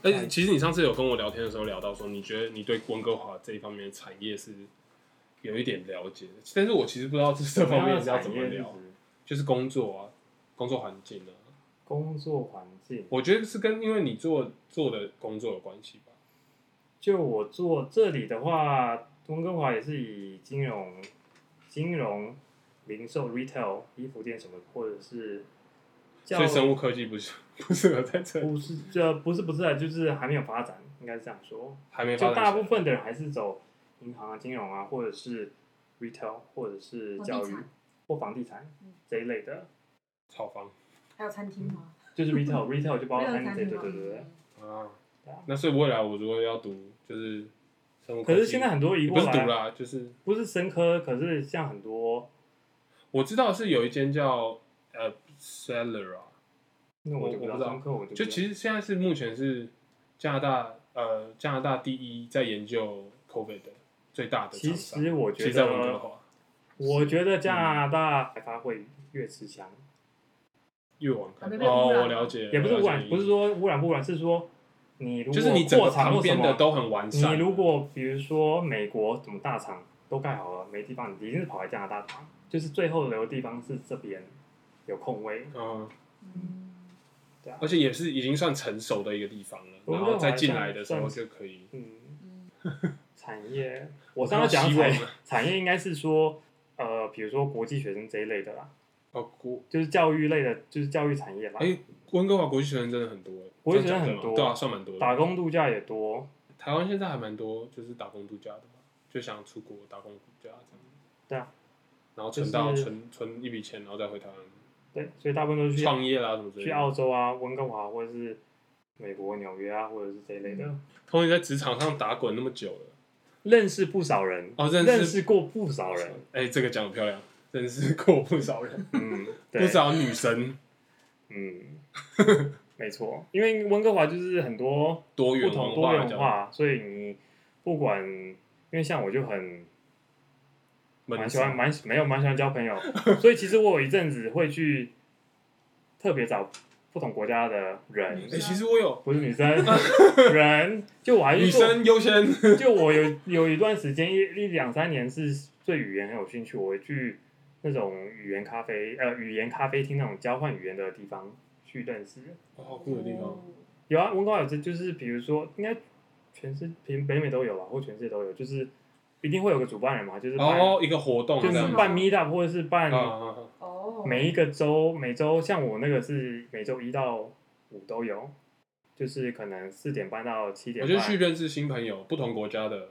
但是哎其实你上次有跟我聊天的时候聊到说，你觉得你对温哥华这一方面的产业是有一点了解的，但是我其实不知道这 这方面是要怎么什样的聊产，业是指就是工作啊，工作环境啊，工作环境，我觉得是跟因为你做做的工作有关系吧。就我做这里的话，温哥华也是以金融、金融、零售 （retail）、衣服店什么，或者是所以生物科技不是不适合在这里，不是这不是不是啊，就是还没有发展，应该是这样说。还没发展就起来。大部分的人还是走银行啊、金融啊，或者是 retail，或者是教房地育产或房地产嗯这一类的，炒房还有餐厅吗？就是 retail，retail 就包括没有餐厅餐这厅对吗？对对对。啊对啊，那所以未来我如果要读就是生物科技，可是现在很多移也过不是读来，啊啦，就是不是生科，可是像很多，我知道是有一间叫呃 Seller 啊，那我就我我不知道生科我就就不知道其实现在是目前是加拿大呃加拿大第一在研究 COVID 的最大的其厂商，实我其觉实在温哥得，华我觉得加拿大开发会越吃香，越往看那边哦，污染我了解，也不是我了污解染，你不是说污染不污染，是说你如果就是你整个扩厂旁或什边的么，都很完善，你如果比如说美国什么大厂都盖好了，没地方，你一定是跑来加拿大厂，就是最后留的地方是这边有空位，嗯。嗯，对啊而，且也是已经算成熟的一个地方了，我然们后这再好像进来的时候算就可以。嗯，嗯产业，我刚刚讲希产望业 啊产业应该是说，呃，比如说国际学生这一类的啦，哦，国就是教育类的，就是教育产业啦，哎温哥华国际学生真的很多欸，国际学这生样讲很对吗多对啊，算蛮多打的。工度假也多，台湾现在还蛮多，就是打工度假的嘛，就想出国打工度假这样。对啊。然后存到就是存存一笔钱，然后再回台湾对，所以大部分都去创业啦什么之类去的。澳洲啊、温哥华或者是美国纽约啊，或者是这一类的，同你在职场上打滚那么久了，认识不少人，哦，认认识过不少人，哎，这个讲的漂亮，认识过不少人， 嗯， 对不，少女生， 嗯，没错，因为温哥华就是很多多不元同文多化元这样，化，所以你不管，因为像我就很闷蛮喜骚欢蛮没有蛮喜欢交朋友，所以其实我有一阵子会去特别找不同国家的人，哎，其实我有不是 女生人，就我还去女做生 优先。就我有有一段时间一一两三年是对语言很有兴趣，我会去那种语言咖啡呃语言咖啡厅那种交换语言的地方去认识。哦，好酷的地方。有啊，温哥华有这就是比如说应该全世平北美都有吧，或全世界都有，就是一定会有个主办人嘛，就是办、哦，一个活动就这是样子。办 meet up 或者是办啊，哦，每一个州每周像我那个是每周一到五都有，就是可能四点半到七点我半。就去认识新朋友，不同国家的，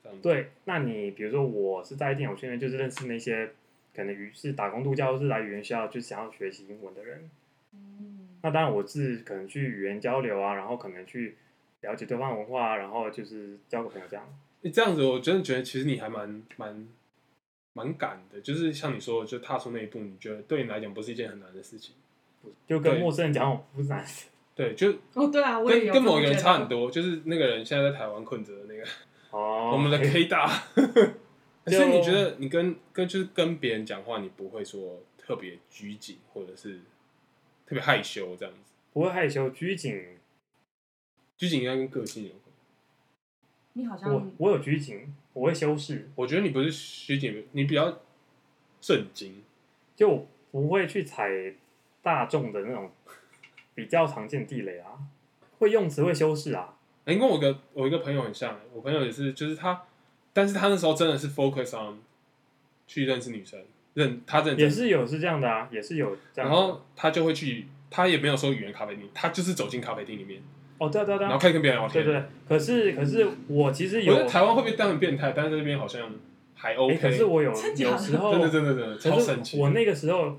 这样子。对，那你比如说我是在电脑圈的，就是认识那些可能于是打工度假或是来语言学校就想要学习英文的人。嗯，那当然我是可能去语言交流啊，然后可能去了解对方文化啊，然后就是交个朋友这样。诶这样子，我真的觉得其实你还蛮蛮蛮敢的，就是像你说的，就踏出那一步，你觉得对你来讲不是一件很难的事情。就跟对陌生人讲我不是男生对，就哦，对啊，我也跟有跟某一个人这么觉得差很多，就是那个人现在在台湾困着的那个，哦，我们的 K 大。 就所以你觉得你跟跟就是跟别人讲话，你不会说特别拘谨，或者是特别害羞这样子？不会害羞拘谨，拘谨应该跟个性有关。你好像我我有拘谨，我会修饰，我觉得你不是虚谨，你比较震惊。就我不会去踩大众的那种比较常见地雷啊，会用词会修饰啊，哎、跟我一个我一个朋友很像、欸我朋友也是，就是他，但是他那时候真的是 focus on 去认识女生，认他认也，是有是这样的啊，也是有这然样的。后他就会去，他也没有说语言咖啡厅，他就是走进咖啡厅里面，哦，对啊对啊对然后啊，开始跟别人聊对天。对。可是可是我其实有，嗯我觉得台湾会不会当成变态，但是这边好像还诶 OK。可是我有真假的有时候，真的真的真的超神可奇是。我那个时候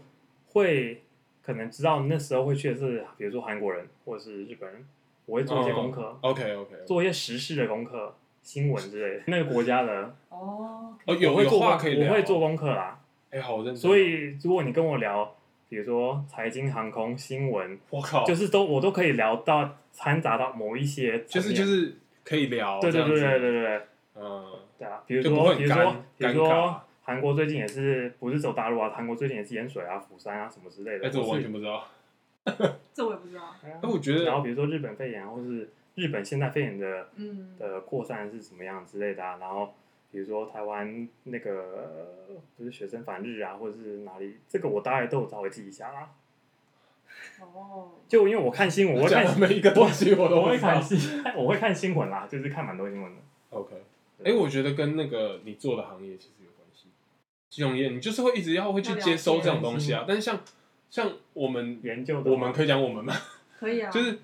会可能知道那时候会去的是，比如说韩国人或者是日本人，我会做一些功课， OK OK，做一些时事的功课、新闻之类的，那个国家的，哦，哦我有会有做话功可以聊，我会做。功课啦。哎、好认真。所以如果你跟我聊，比如说财经、航空、新闻，我靠，就是是都我都可以聊到掺杂到某一些就层是面，就是可以聊对这对样子。对对对对。嗯，对啊，比如就不会很说，比如尴说，比如尴尬啊说，韩国最近也是不是走大陆啊？韩国最近也是盐水啊、釜山啊什么之类的。哎、这我或完是全不知道。这我也不知道，对啊哎、我觉得然后比如说日本肺炎啊，或是日本现在肺炎的嗯，的扩散是什么样之类的啊，然后比如说台湾那个呃不是学生反日啊，或者是哪里，这个我大概都有稍微记一下啦。哦，就因为我看新闻，我会讲看的每一个东西我都我不会知道看。新，啊我会看新闻啦，就是看蛮多新闻的。 OK，哎、我觉得跟那个你做的行业其实有关系。金融业，你就是会一直要会去接收这种东西啊。但是像像我们，研究的啊话我们可以讲我们嘛，可以啊，就是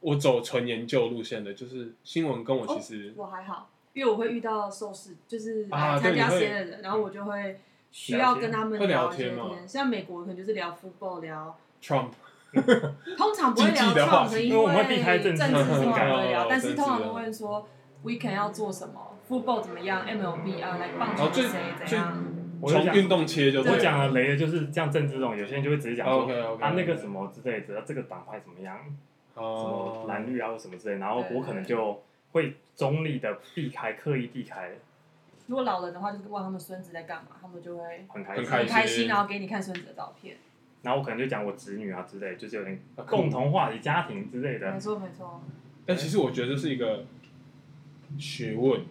我走纯研究路线的，就是新闻跟我其实、我还好，因为我会遇到受试，就是啊来参加对 C 你会的人，然后我就会需要跟他们会聊聊一些天吗天，像美国可能就是聊 football 聊， Trump 通常不会经聊济的话 Trump，题因因为我们为会避开政治治通常不会哦聊，但是政治通常的都会说 weekend 要做什么，football 怎么样，MLB 啊，来棒哦球最谁怎最样，我就从讲，运动切就对我了。讲了雷的就是像政治这种，有些人就会直接讲说 OK，OK，OK 啊那个什么之类的，这个党派怎么样，什哦么，蓝绿啊或什么之类，然后我可能就会中立的避开，刻意避开，如果老人的话，就是问他们孙子在干嘛，他们就会很开很心。开很心开心，然后给你看孙子的照片。然后我可能就讲我侄女啊之类，就是有点啊酷共同话题、家庭之类嗯没的。错没错，但其实我觉得这是一个学问，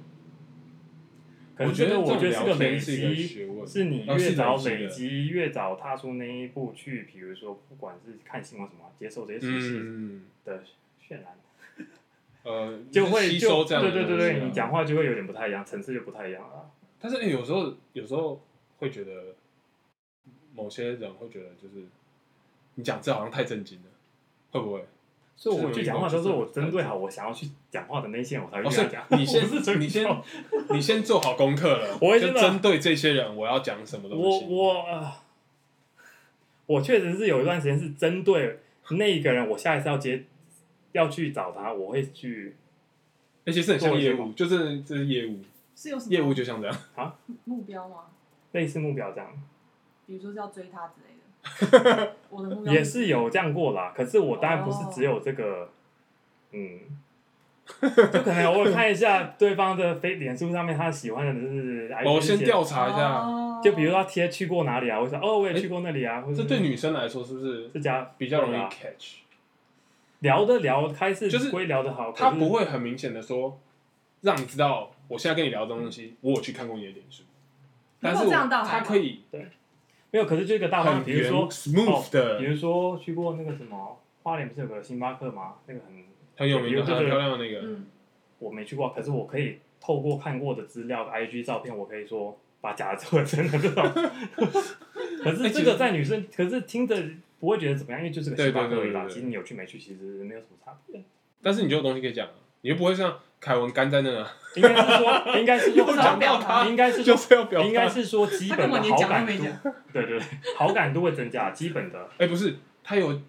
可我是觉这得个我这种觉得是聊累天是一个积，学问，是你哦是越早累积的累积，越早踏出那一步去，比如说不管是看新闻什么，接受这些信息嗯，的渲染，呃，就会吸就收这样对的对东对西对，啊你讲话就会有点不太一样，层次就不太一样了。但是、欸、有时候有时候会觉得，某些人会觉得就是你讲这好像太震惊了，会不会？所以我就去有一种讲话都是我针对就是好我想要去讲话的那些人，我才会哦，这所样讲。以你 我不是先针你对先你先做好功课了， 我会就真的针对这些人哦我要讲什么东我西。我啊，我确实是有一段时间是针对那一个人，我下一次要接要去找他，我会去那些是很像做一些业务，就是这是业务，是有什业务么就像这样，目标吗？类似目标这样，比如说是要追他之类的。我的目标也是有这样过啦。可是我当然不是哦只有这个，嗯，就可能偶尔看一下对方的非脸书上面他喜欢的就是哦我 IG 先写，调查一下。哦就比如说他贴去过哪里啊，我说哦我也去过那里啊，或者这对女生来说是不是这家比较容易对啊 catch？聊的聊开始就是归聊的好，她可是不会很明显的说让你知道我现在跟你聊的东西，我有去看过你的脸书，如但果是这样倒我还她好可以没有，可是就一个大方向，很比如圆说哦 smooth 的比，如说去过那个什么花莲，不是有个星巴克吗？那个很很有名的，对对很对漂亮的那个。嗯，我没去过，可是我可以透过看过的资料、IG 照片，我可以说把假的做成真的这种。 可哎是这个在女生，可是听着不会觉得怎么样，因为就是个星巴克而已对对对对啦。对其实你有去没去，其实没有什么差别。但是你就有东西可以讲啊，你就不会像凯文干在那 啊，应该是 说，应该是说又讲到他应该是就说，是要表应该达。是说基他本根的本连好讲都感没度讲，。对对对，好感度会增加，基本的。哎，不是，他有，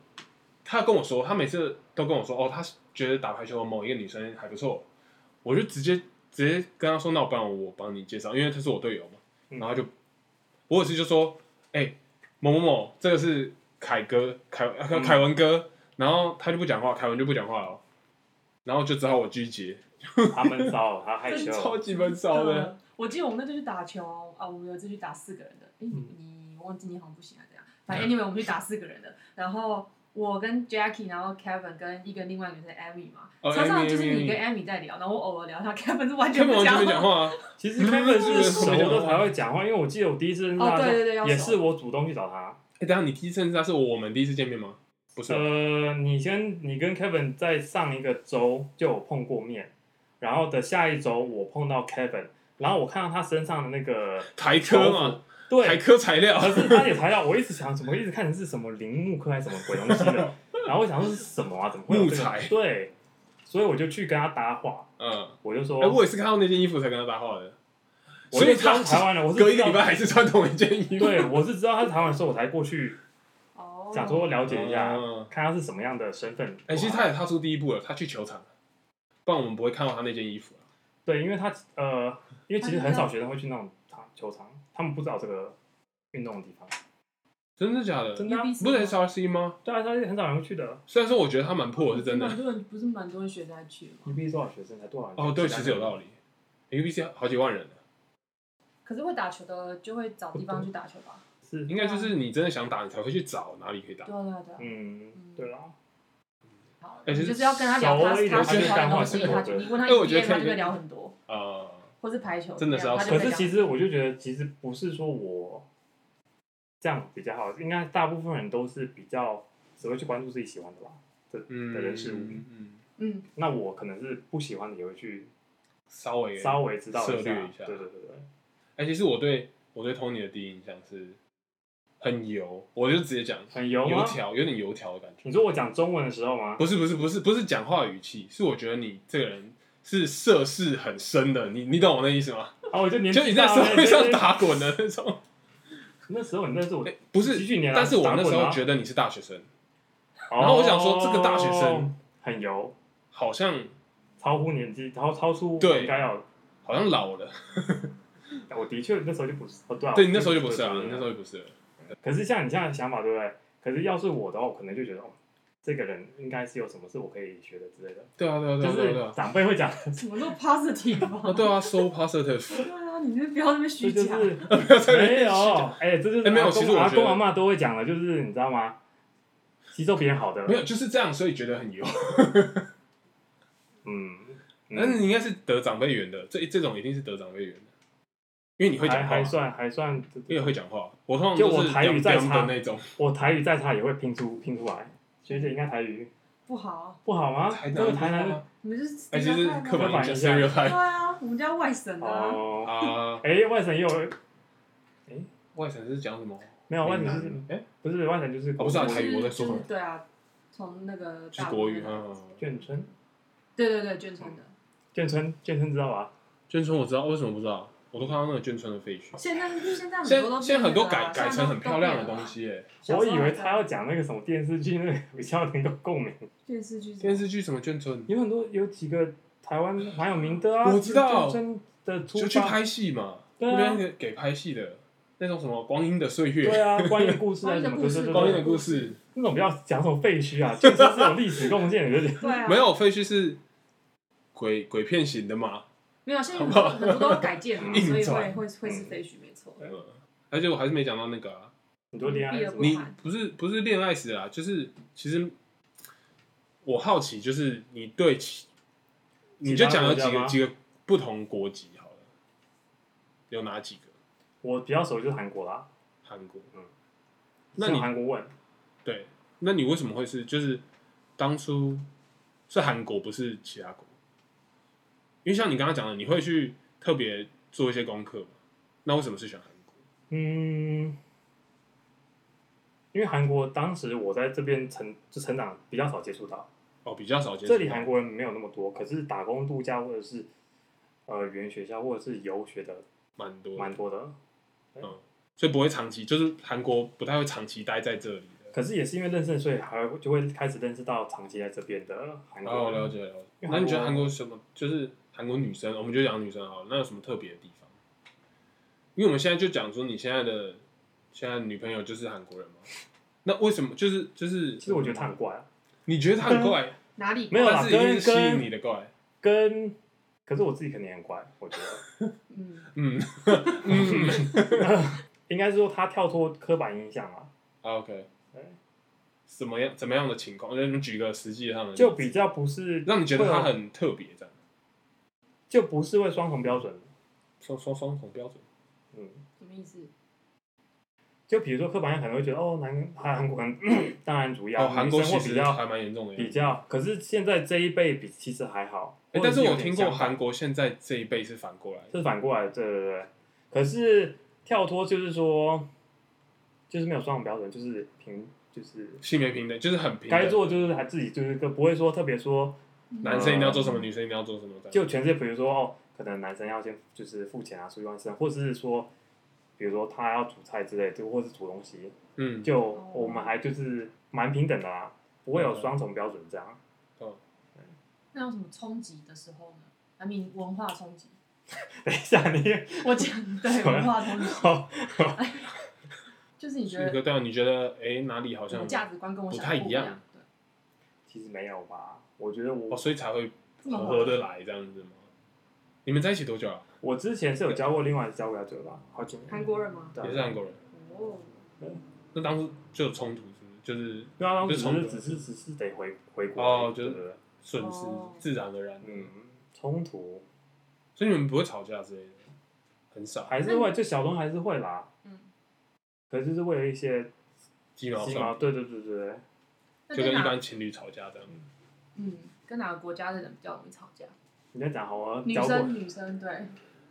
他跟我说，他每次都跟我说，哦，他觉得打排球的某一个女生还不错，我就直接直接跟他说，那我帮我帮你介绍，因为他是我队友嘛，嗯然后他就，我有一次就说，哎，某某某，这个是凯哥，凯呃嗯凯文哥，然后他就不讲话，凯文就不讲话了哦，然后就只好我拒绝，他闷骚，他 害羞。超级闷骚的。嗯我记得我们那次去打球啊，我们有一次去打四个人的，哎、嗯你你忘记你好像不行啊，这样。反正 anyway，我们去打四个人的，然后我跟 Jackie，然后 Kevin 跟一个另外一个女生 Amy 嘛，哦常常就是 Amy，Amy，Amy 你跟 Amy 在聊，然后我偶尔聊一下，Kevin 是根完全本不完全没讲讲。话啊！其实 Kevin 是熟的才会讲话，因为我记得我第一次认识他的时哦对对对候，要熟也是我主动去找他。 哎、等一下你第一次认识他是我们第一次见面吗？不是吧，啊呃，你先，你跟 Kevin 在上一个周就有碰过面，然后的下一周我碰到 Kevin，然后我看到他身上的那个台科嘛，球服，台对，科材 料。可是他也材料，我一直想怎么一直看成是什么铃木科还是什么鬼东西 的，然后我想说是什么啊，怎么会有木这个材？对，所以我就去跟他搭话，嗯，我就说哎、，我也是看到那件衣服才跟他搭话的，我所以就知道他是台湾人，我是隔一知个道礼拜，还是穿同一件衣服，对，我是知道他是台湾人，所以我才过去。哦，想说了解一下，嗯看他是什么样的身份。哎、其实他也踏出第一步了，他去球场了，不然我们不会看到他那件衣服了。对，因为他呃，因为其实很少学生会去那种场球场，他们不知道这个运动的地方。真的假的？真的啊 UBC 不是 SRC 吗？对啊，他是很少人会去的。虽然说我觉得他蛮破的，是真蛮的。多人不是蛮多人学在去吗？你必须多少学生才多少人？哦，对，其实有道理。理。UBC 好几万人呢，可是会打球的就会找地方去打球吧？是，嗯应该就是你真的想打，你才会去找哪里可以打对。啊对啊对啊。嗯，对啦。好了，哎其实你就是要跟他聊他熟一点他喜欢的东还西，是他干话你问他哎我觉得 EDM，他可以就会聊很多，啊，或是排球，真的是要他就可会是聊其实我就觉得，其实不是说我这样比较好，应该大部分人都是比较只会去关注自己喜欢的吧。嗯，的人事物嗯，嗯，那我可能是不喜欢的，也会去稍微稍微知道涉一下。略一下对对对对。哎、其实我对我对 Tony 的第一印象是很油，我就直接讲很油吗油条，有点油条的感觉。你说我讲中文的时候吗？不是不是不是不是讲话语气，是我觉得你这个人是涉世很深的，你你懂我那意思吗？啊，我就年纪就你在大社了会上。对对对打滚的那种。那时 候你那是我，哎不是几几年，啊但是我那时打滚候啊觉得你是大学生，然后我想说这个大学生很油，好像超乎年纪，然后超出对应该要。哎好像老了。我的确那时候就不是，哦对啊，对我你那时候就不是啊，对你对对那时候就不是了。可是像你现在的想法，对不对？可是要是我的话，我可能就觉得，哦，这个人应该是有什么是我可以学的之类的，对啊对啊对就啊对啊对是啊。 长辈会 讲，怎么都 positive 啊， 啊？对啊，so positive。对啊，你就不要那么这虚就假。是 没有，哎，这就是哎没有阿公其实我阿觉得公阿妈都会讲的，就是你知道吗？吸收别人好的，没有，就是这样，所以觉得很油。嗯，嗯，但是你应该是得长辈缘的，这这种一定是得长辈缘的，因为你会还讲话还，算还算，因为会讲话。我通常就都我是台语两在边差的那种，我台语再差也会拼出拼出来。学姐应该台语不好，不好吗？台啊这个南台南话你们就是哎，其实刻板印象 stereotype 对啊，我们家外省啊，哦，啊，哎，外省也有，外省是讲什么？没啊有外省闽就是南哎，不是外省就是哦不是啊国台语我在就是说就是对啊，从那个是大陆国语那个啊。眷村，对对对，眷村的。眷村眷村知道吧？眷村我知道，为什么不知道？我都看到那个眷村的废墟。现在现现在很多在都现在很多改变了啊改成很漂亮的东。现西耶，在都我变了以为他要讲那个什么电视剧，那个比较能够共鸣。电视剧电视剧什么眷村，有很多有几个台湾蛮有名的啊，我知道眷村的出就去拍戏嘛，对啊那边给给拍戏的那种什么光阴的岁对月，啊，关于故事啊什么的，对对光阴对的故事，那种不要讲什么废墟啊，眷村是有历史贡献的，对不对？对啊，没有废墟是鬼鬼片型的嘛，没有，现在很多很多都改建嘛， 硬所以转会会会是废墟，没错。嗯，而且我还是没讲到那个啊，很多恋爱什么你不是不是恋爱史啊，就是其实我好奇，就是你对其，你就讲了几其他个国家吗几个不同国籍好了，有哪几个？我比较熟就是韩国啦，韩国，嗯，那那你韩国问，对，那你为什么会是就是当初是韩国不是其他国？因为像你刚刚讲的，你会去特别做一些功课嘛？那为什么是选韩国？嗯，因为韩国当时我在这边成就成长比较少接触到，哦，比较少接触这里韩国人没有那么多，可是打工度假或者是呃语言学校或者是游学的蛮多的，蛮多的，嗯，所以不会长期，就是韩国不太会长期待在这里的。可是也是因为认识，所以还会就会开始认识到长期在这边的韩哦，国人。了解了解。因为那韩国你觉得韩国什么？就是韩国女生，我们就讲女生好了，那有什么特别的地方？因为我们现在就讲说你现在的现在的女朋友就是韩国人嘛，那为什么？就是就是，其实我觉得他很怪、啊，你觉得她很怪，哪里没有啦但是一定是吸跟引你的怪。跟可是我自己肯定很怪，我觉得嗯，嗯嗯 应该是说他跳脱刻板印象啊，好，OK，对怎么样怎么样的情况？那你们举个实际上的例子，就比较不是让你觉得她会有很特别，这样就不是会双重标准。双双双重标准。嗯，什么意思？就比如说刻板印象可能会觉得哦，南韩韩国人 当然主要哦，韩国女生其会比实较还蛮严重的耶。比较，可是现在这一辈比其实还好，欸但是我听过韩韩国现在这一辈是反过来的，是反过来，对对对。可是跳脱就是说，就是没有双重标准，就是平就是性别平等就是很平等，该做就是还自己就是个不会说特别说，男生一定要做什么，女生一定要做什么这样。就全世界，比如说哦，可能男生要先就是付钱啊，出去外生，或者是说，比如说他要煮菜之类，就或是煮东西，嗯，就哦嗯我们还就是蛮平等的啦，不会有双重标准这样。 那有什么冲击的时候呢？I mean 文化冲击，等一下你， 我讲对文化冲击，哦， 就是你觉那得个对啊，你觉得哎、欸哪里好我的像价值观跟我想的不太不一一样样，对，其实没有吧？我觉得我、哦，所以才会这么合好合得来这样子吗？你们在一起多久啊？我之前是有教过另外一个教过他嘴巴，好久韩国人吗？对啊也是韩国人，哦，那当初就有冲突是不是？就是对啊，他们就只是冲是突只是只是得回回国哦而已，就是对不对顺势哦自然而然的，嗯，冲突所以你们不会吵架之类的，很少，啊还是会，就小东还是会啦，嗯，可是就是为了一些鸡毛鸡蒜毛，对对对对对，那皮，就跟跟一哪般情侣吵架这样。嗯跟哪个国家的人比较容易吵架？你在讲好啊，女交过生女生对，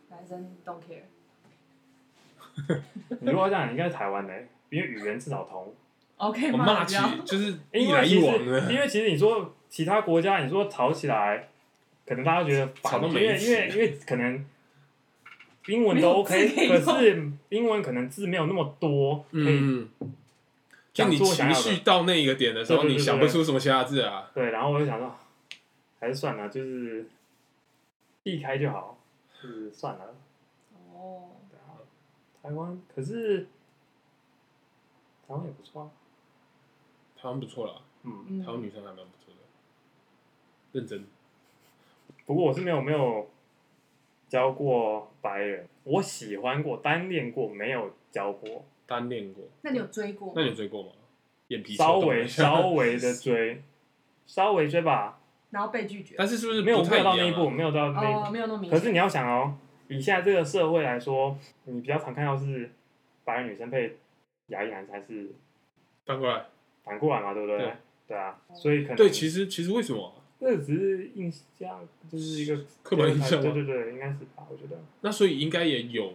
男生 don't care。你如果这样，你应该是台湾的，因为语言至少通。 OK 我骂啊骂不起要就是一因来为一其实往的，因为其实你说其他国家，你说吵起来，可能大家都觉得烦吵到因没为意因为思因为可能英文没都有字可以 OK，可是英文可能字没有那么多，可以、嗯，就讲你出我想情要的绪到那个点的时候，对对对你想不出什么其他字啊。对。然后我就想说，还是算了，就是避开就好，就是算了。哦，对啊台湾可是台湾也不错啊，台湾不错啦，嗯。嗯台湾女生还蛮不错的，认真。不过我是没有没有教过白人，我喜欢过单恋过，没有教过。单恋过，那你有追过吗那？你有追过吗？眼皮稍抽动微一下稍微的追，稍微追吧，然后被拒绝？但是是不是没不有太没有到那一一样啊步，没有到那一哦，步。没有那么明可显。是你要想哦，以现在这个社会来说，你比较常看到是白人女生配亚裔男生，还是翻过来。反过来嘛，对不对？对对啊，哦所以可能对，其实其实为什么啊这只是印象，就是一个刻板印象对吗？对对，应该是吧？我觉得那所以应该也有，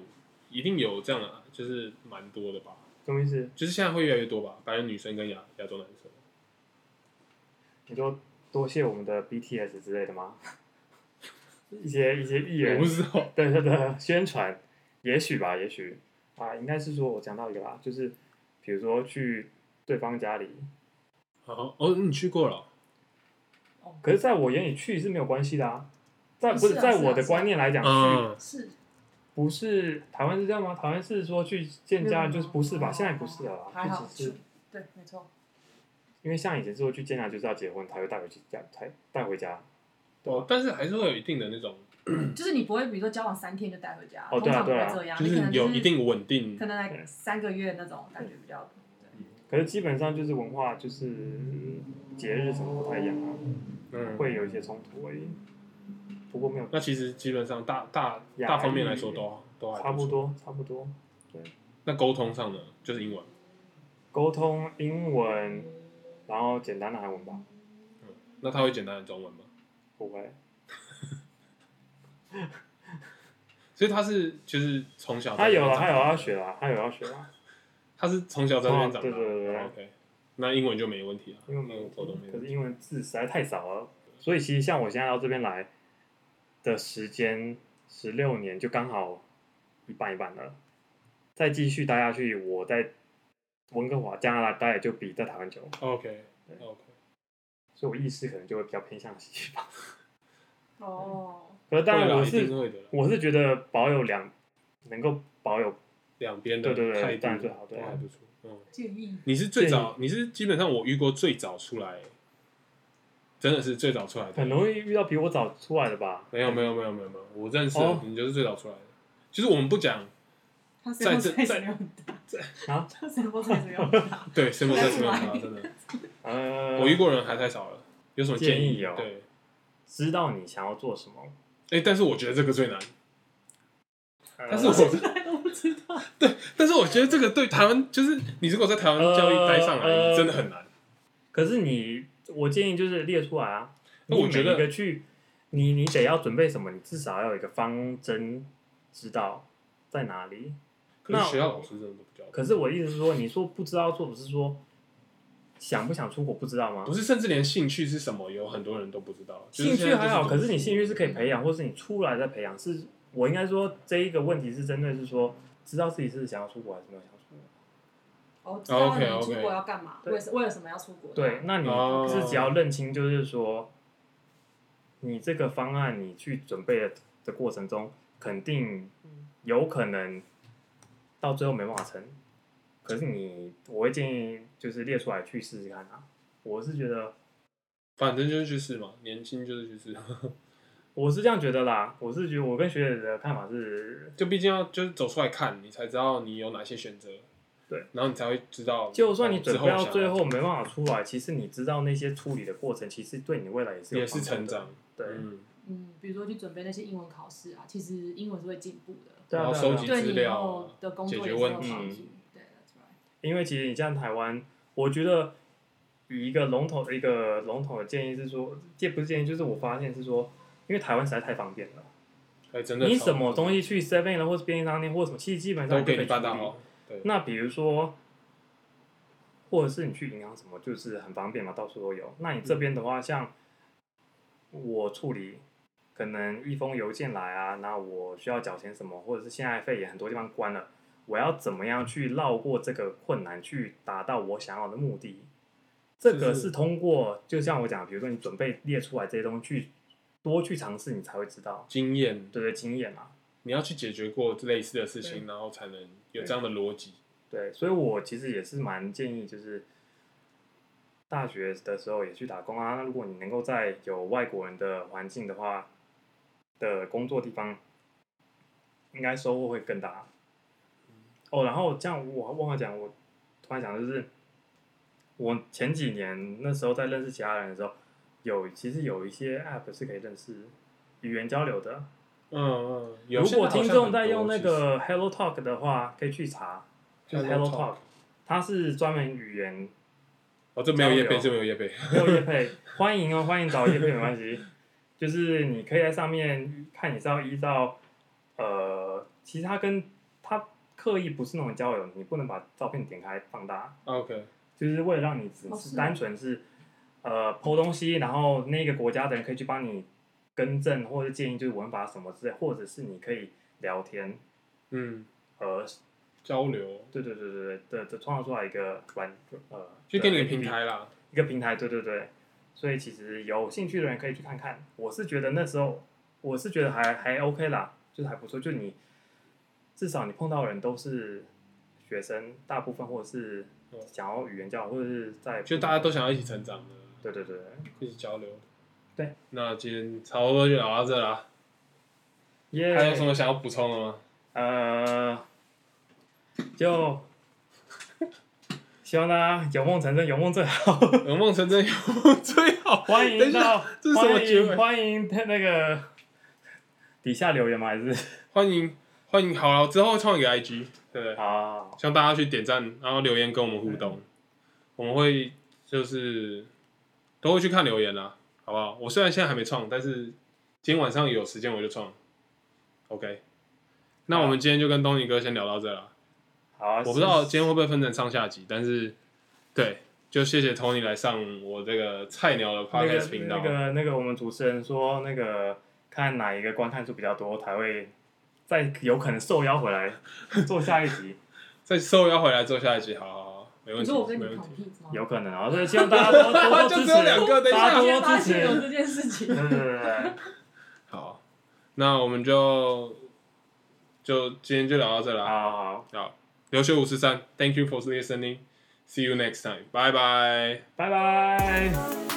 一定有这样啊，就是蛮多的吧。什么意思？就是现在会越来越多吧，白人女生跟亚亚洲男生。你说多谢我们的 BTS 之类的吗？ 一些一些艺人我不知道，对它的宣传，也许吧，也许啊，应该是说我讲到一个啦，就是比如说去对方家里，哦哦，你去过了哦，哦可是在我眼里去是没有关系的啊，在哦不是啊在是啊我的是啊观念来讲，去嗯，是不是台湾是这样吗？台湾是说去见家人就是不是吧？现在不是了啦，嗯哦还好就只是是对，没错。因为像以前是说去见家人就是要结婚才会带回去家，才带回家。对哦吧，但是还是会有一定的那种，就是你不会，比如说交往三天就带回家，哦通对啊常不对会啊这样，就你可是能有是一定稳定可能对来三个月那种感觉比较多。可是基本上就是文化就是节日什么不太一样啊，嗯，会有一些冲突而已。不过没有那其实基本上大大亚裔大方面来说都都还差不错。多差不多。那沟通上呢，就是英文，沟通英文，然后简单的韩文吧，那他会简单的中文吗？不会。所以他是就是从小在他有了，那边长他大有要学了，他有啊要学了，他是从小在那边长大，哦对对对对哦 OK，那英文就没问题了，因为没有沟通没可问是题。英文字实在太少了，所以其实像我现在到这边来的时间十六年，就刚好一半一半了。再继续待下去，我在温哥华加拿大待也就比在台湾久， OK OK，所以我意识可能就会比较偏向西方。哦，可是当然我会啦一定是会的啦，我是觉得保有两能够保有两边的对对对态当然度最好都对还不错。嗯，建议你是最早，你是基本上我遇过最早出来，真的是最早出来的很。容易遇到比我早出来的吧？没有没有没有没有没有，我认识的哦你就是最早出来的。就是我们不讲他生活在这水准没有很大，啊，他生活水准没有很大，对身份证是没有出差，来真的。呃，我遇过人还太少了，有什么建建议哦对，知道你想要做什么，哎，但是我觉得这个最难。嗯但是呃我，大家都不知道。但是我觉得这个对台湾，就是你如果在台湾教育待上来，呃真的很难。可是你，我建议就是列出来啊。那你我觉得每一个去，你你得要准备什么？你至少要有一个方针，知道在哪里。可那是学校老师真的都不教，可是我的意思是说，你说不知道做，不是说想不想出国不知道吗不？是，甚至连兴趣是什么，有很多人都不知道。就是兴现趣在还好，就可是你兴趣是可以培养，或是你出来再培养。是我应该说这一个问题是针对是说，知道自己是想要出国还是没有想出国。哦，知道 OK，OK 你出国要干嘛，对为什为了什么要出国？对，，那你哦自己要认清，就是说，你这个方案你去准备的的过程中，肯定有可能到最后没办法成。可是你，我会建议就是列出来去试试看啊。我是觉得，反正就是去试嘛，年轻就是去试， 我是这样觉得啦。我是觉得我跟学姐的看法是，就毕竟要就是走出来看，你才知道你有哪些选择。对，然后你才会知道，就算你准备哦到之最后后没办法出来，其实你知道那些处理的过程，其实对你未来也是想有也是帮助的成长，对嗯，嗯，比如说去准备那些英文考试啊，其实英文是会进步的，对然啊后收集对资你以料后啊，的工解作决也是有问帮助。题对，That's right。因为其实你像台湾，我觉得以一个笼统的一个笼统的建议是说，这不是建议，就是我发现是说，因为台湾实在太方便了，哎，真的超，你什么东西去 Seven 了或是便利商店或者什么，其实基本都上就可给以你办处到理好，对，那比如说，或者是你去银行什么，就是很方便嘛，到处都有。那你这边的话，像我处理可能一封邮件来啊，那我需要缴钱什么，或者是现在肺炎很多地方关了，我要怎么样去绕过这个困难，去达到我想要的目的？这个就是是通过，就像我讲，比如说你准备列出来这些东西，去多去尝试，你才会知道，经验，对对，经验嘛。你要去解决过类似的事情，然后才能有这样的逻辑。对，所以我其实也是蛮建议，就是大学的时候也去打工啊。那如果你能够在有外国人的环境的话的工作地方，应该收获会更大。啊哦，然后这样我忘了讲，我突然想就是，我前几年那时候在认识其他人的时候，有其实有一些 app 是可以认识语言交流的。嗯嗯，有如些果好像听众很在多用那其实个 Hello Talk 的话，可以去查，就是 Hello Hello Talk， Talk 它是专门语言哦，这没有叶贝，交流这没有 叶啊贝，没有业配，欢迎哦，欢迎找业配没关系，就是你可以在上面看你是要依照呃，其实它跟它刻意不是那种交友，你不能把照片点开放大， OK，就是为了让你只哦是是吗单纯是呃剖东西，然后那个国家的人可以去帮你更正或者建议，就是文法什么之类，或者是你可以聊天。嗯，呃，交流对对对对对，的创造出来一个软呃，就给你的个平 APP 台啦。一个平台，对对对，所以其实有兴趣的人可以去看看。我是觉得那时候，我是觉得还还 OK 啦，就是还不错。就你至少你碰到的人都是学生，大部分或者是对想要语言教育，或者是在就大家都想要一起成长的，对对对，一起交流。对，那今天差不多就聊到这啦。耶、还有什么想要补充的吗？ 呃，就希望大家有梦成真，有梦最好。有呃梦成真有 最好，欢等迎一下到这是什么欢结尾迎欢迎那个底下留言吗？还是欢迎欢迎，好了，之后会创一个 IG，对不对？好好。好希望大家去点赞，然后留言跟我们互嗯动，我们会就是都会去看留言啦，好不好？我虽然现在还没创，但是今天晚上有时间我就创。OK，那我们今天就跟东尼哥先聊到这啦。好，我我不知道今天会不会分成上下集，但是对，就谢谢 Tony 来上我这个菜鸟的那 Podcast 个频道。那个那个我们主持人说，那个看哪一个观看数比较多才会再有可能受邀回来做下一集，再受邀回来做下一集，好好好，没问你题，说我跟没你问躺题。屁是吗？有可能啊，所以希望大家多多多就支只持，有两个等一下大家我多今多天发支持，现有对这件事情。对对对，好，那我们就就今天就聊到这了好啊。好好，好，留学五十三，Thank you for listening，See you next time，拜拜。拜拜。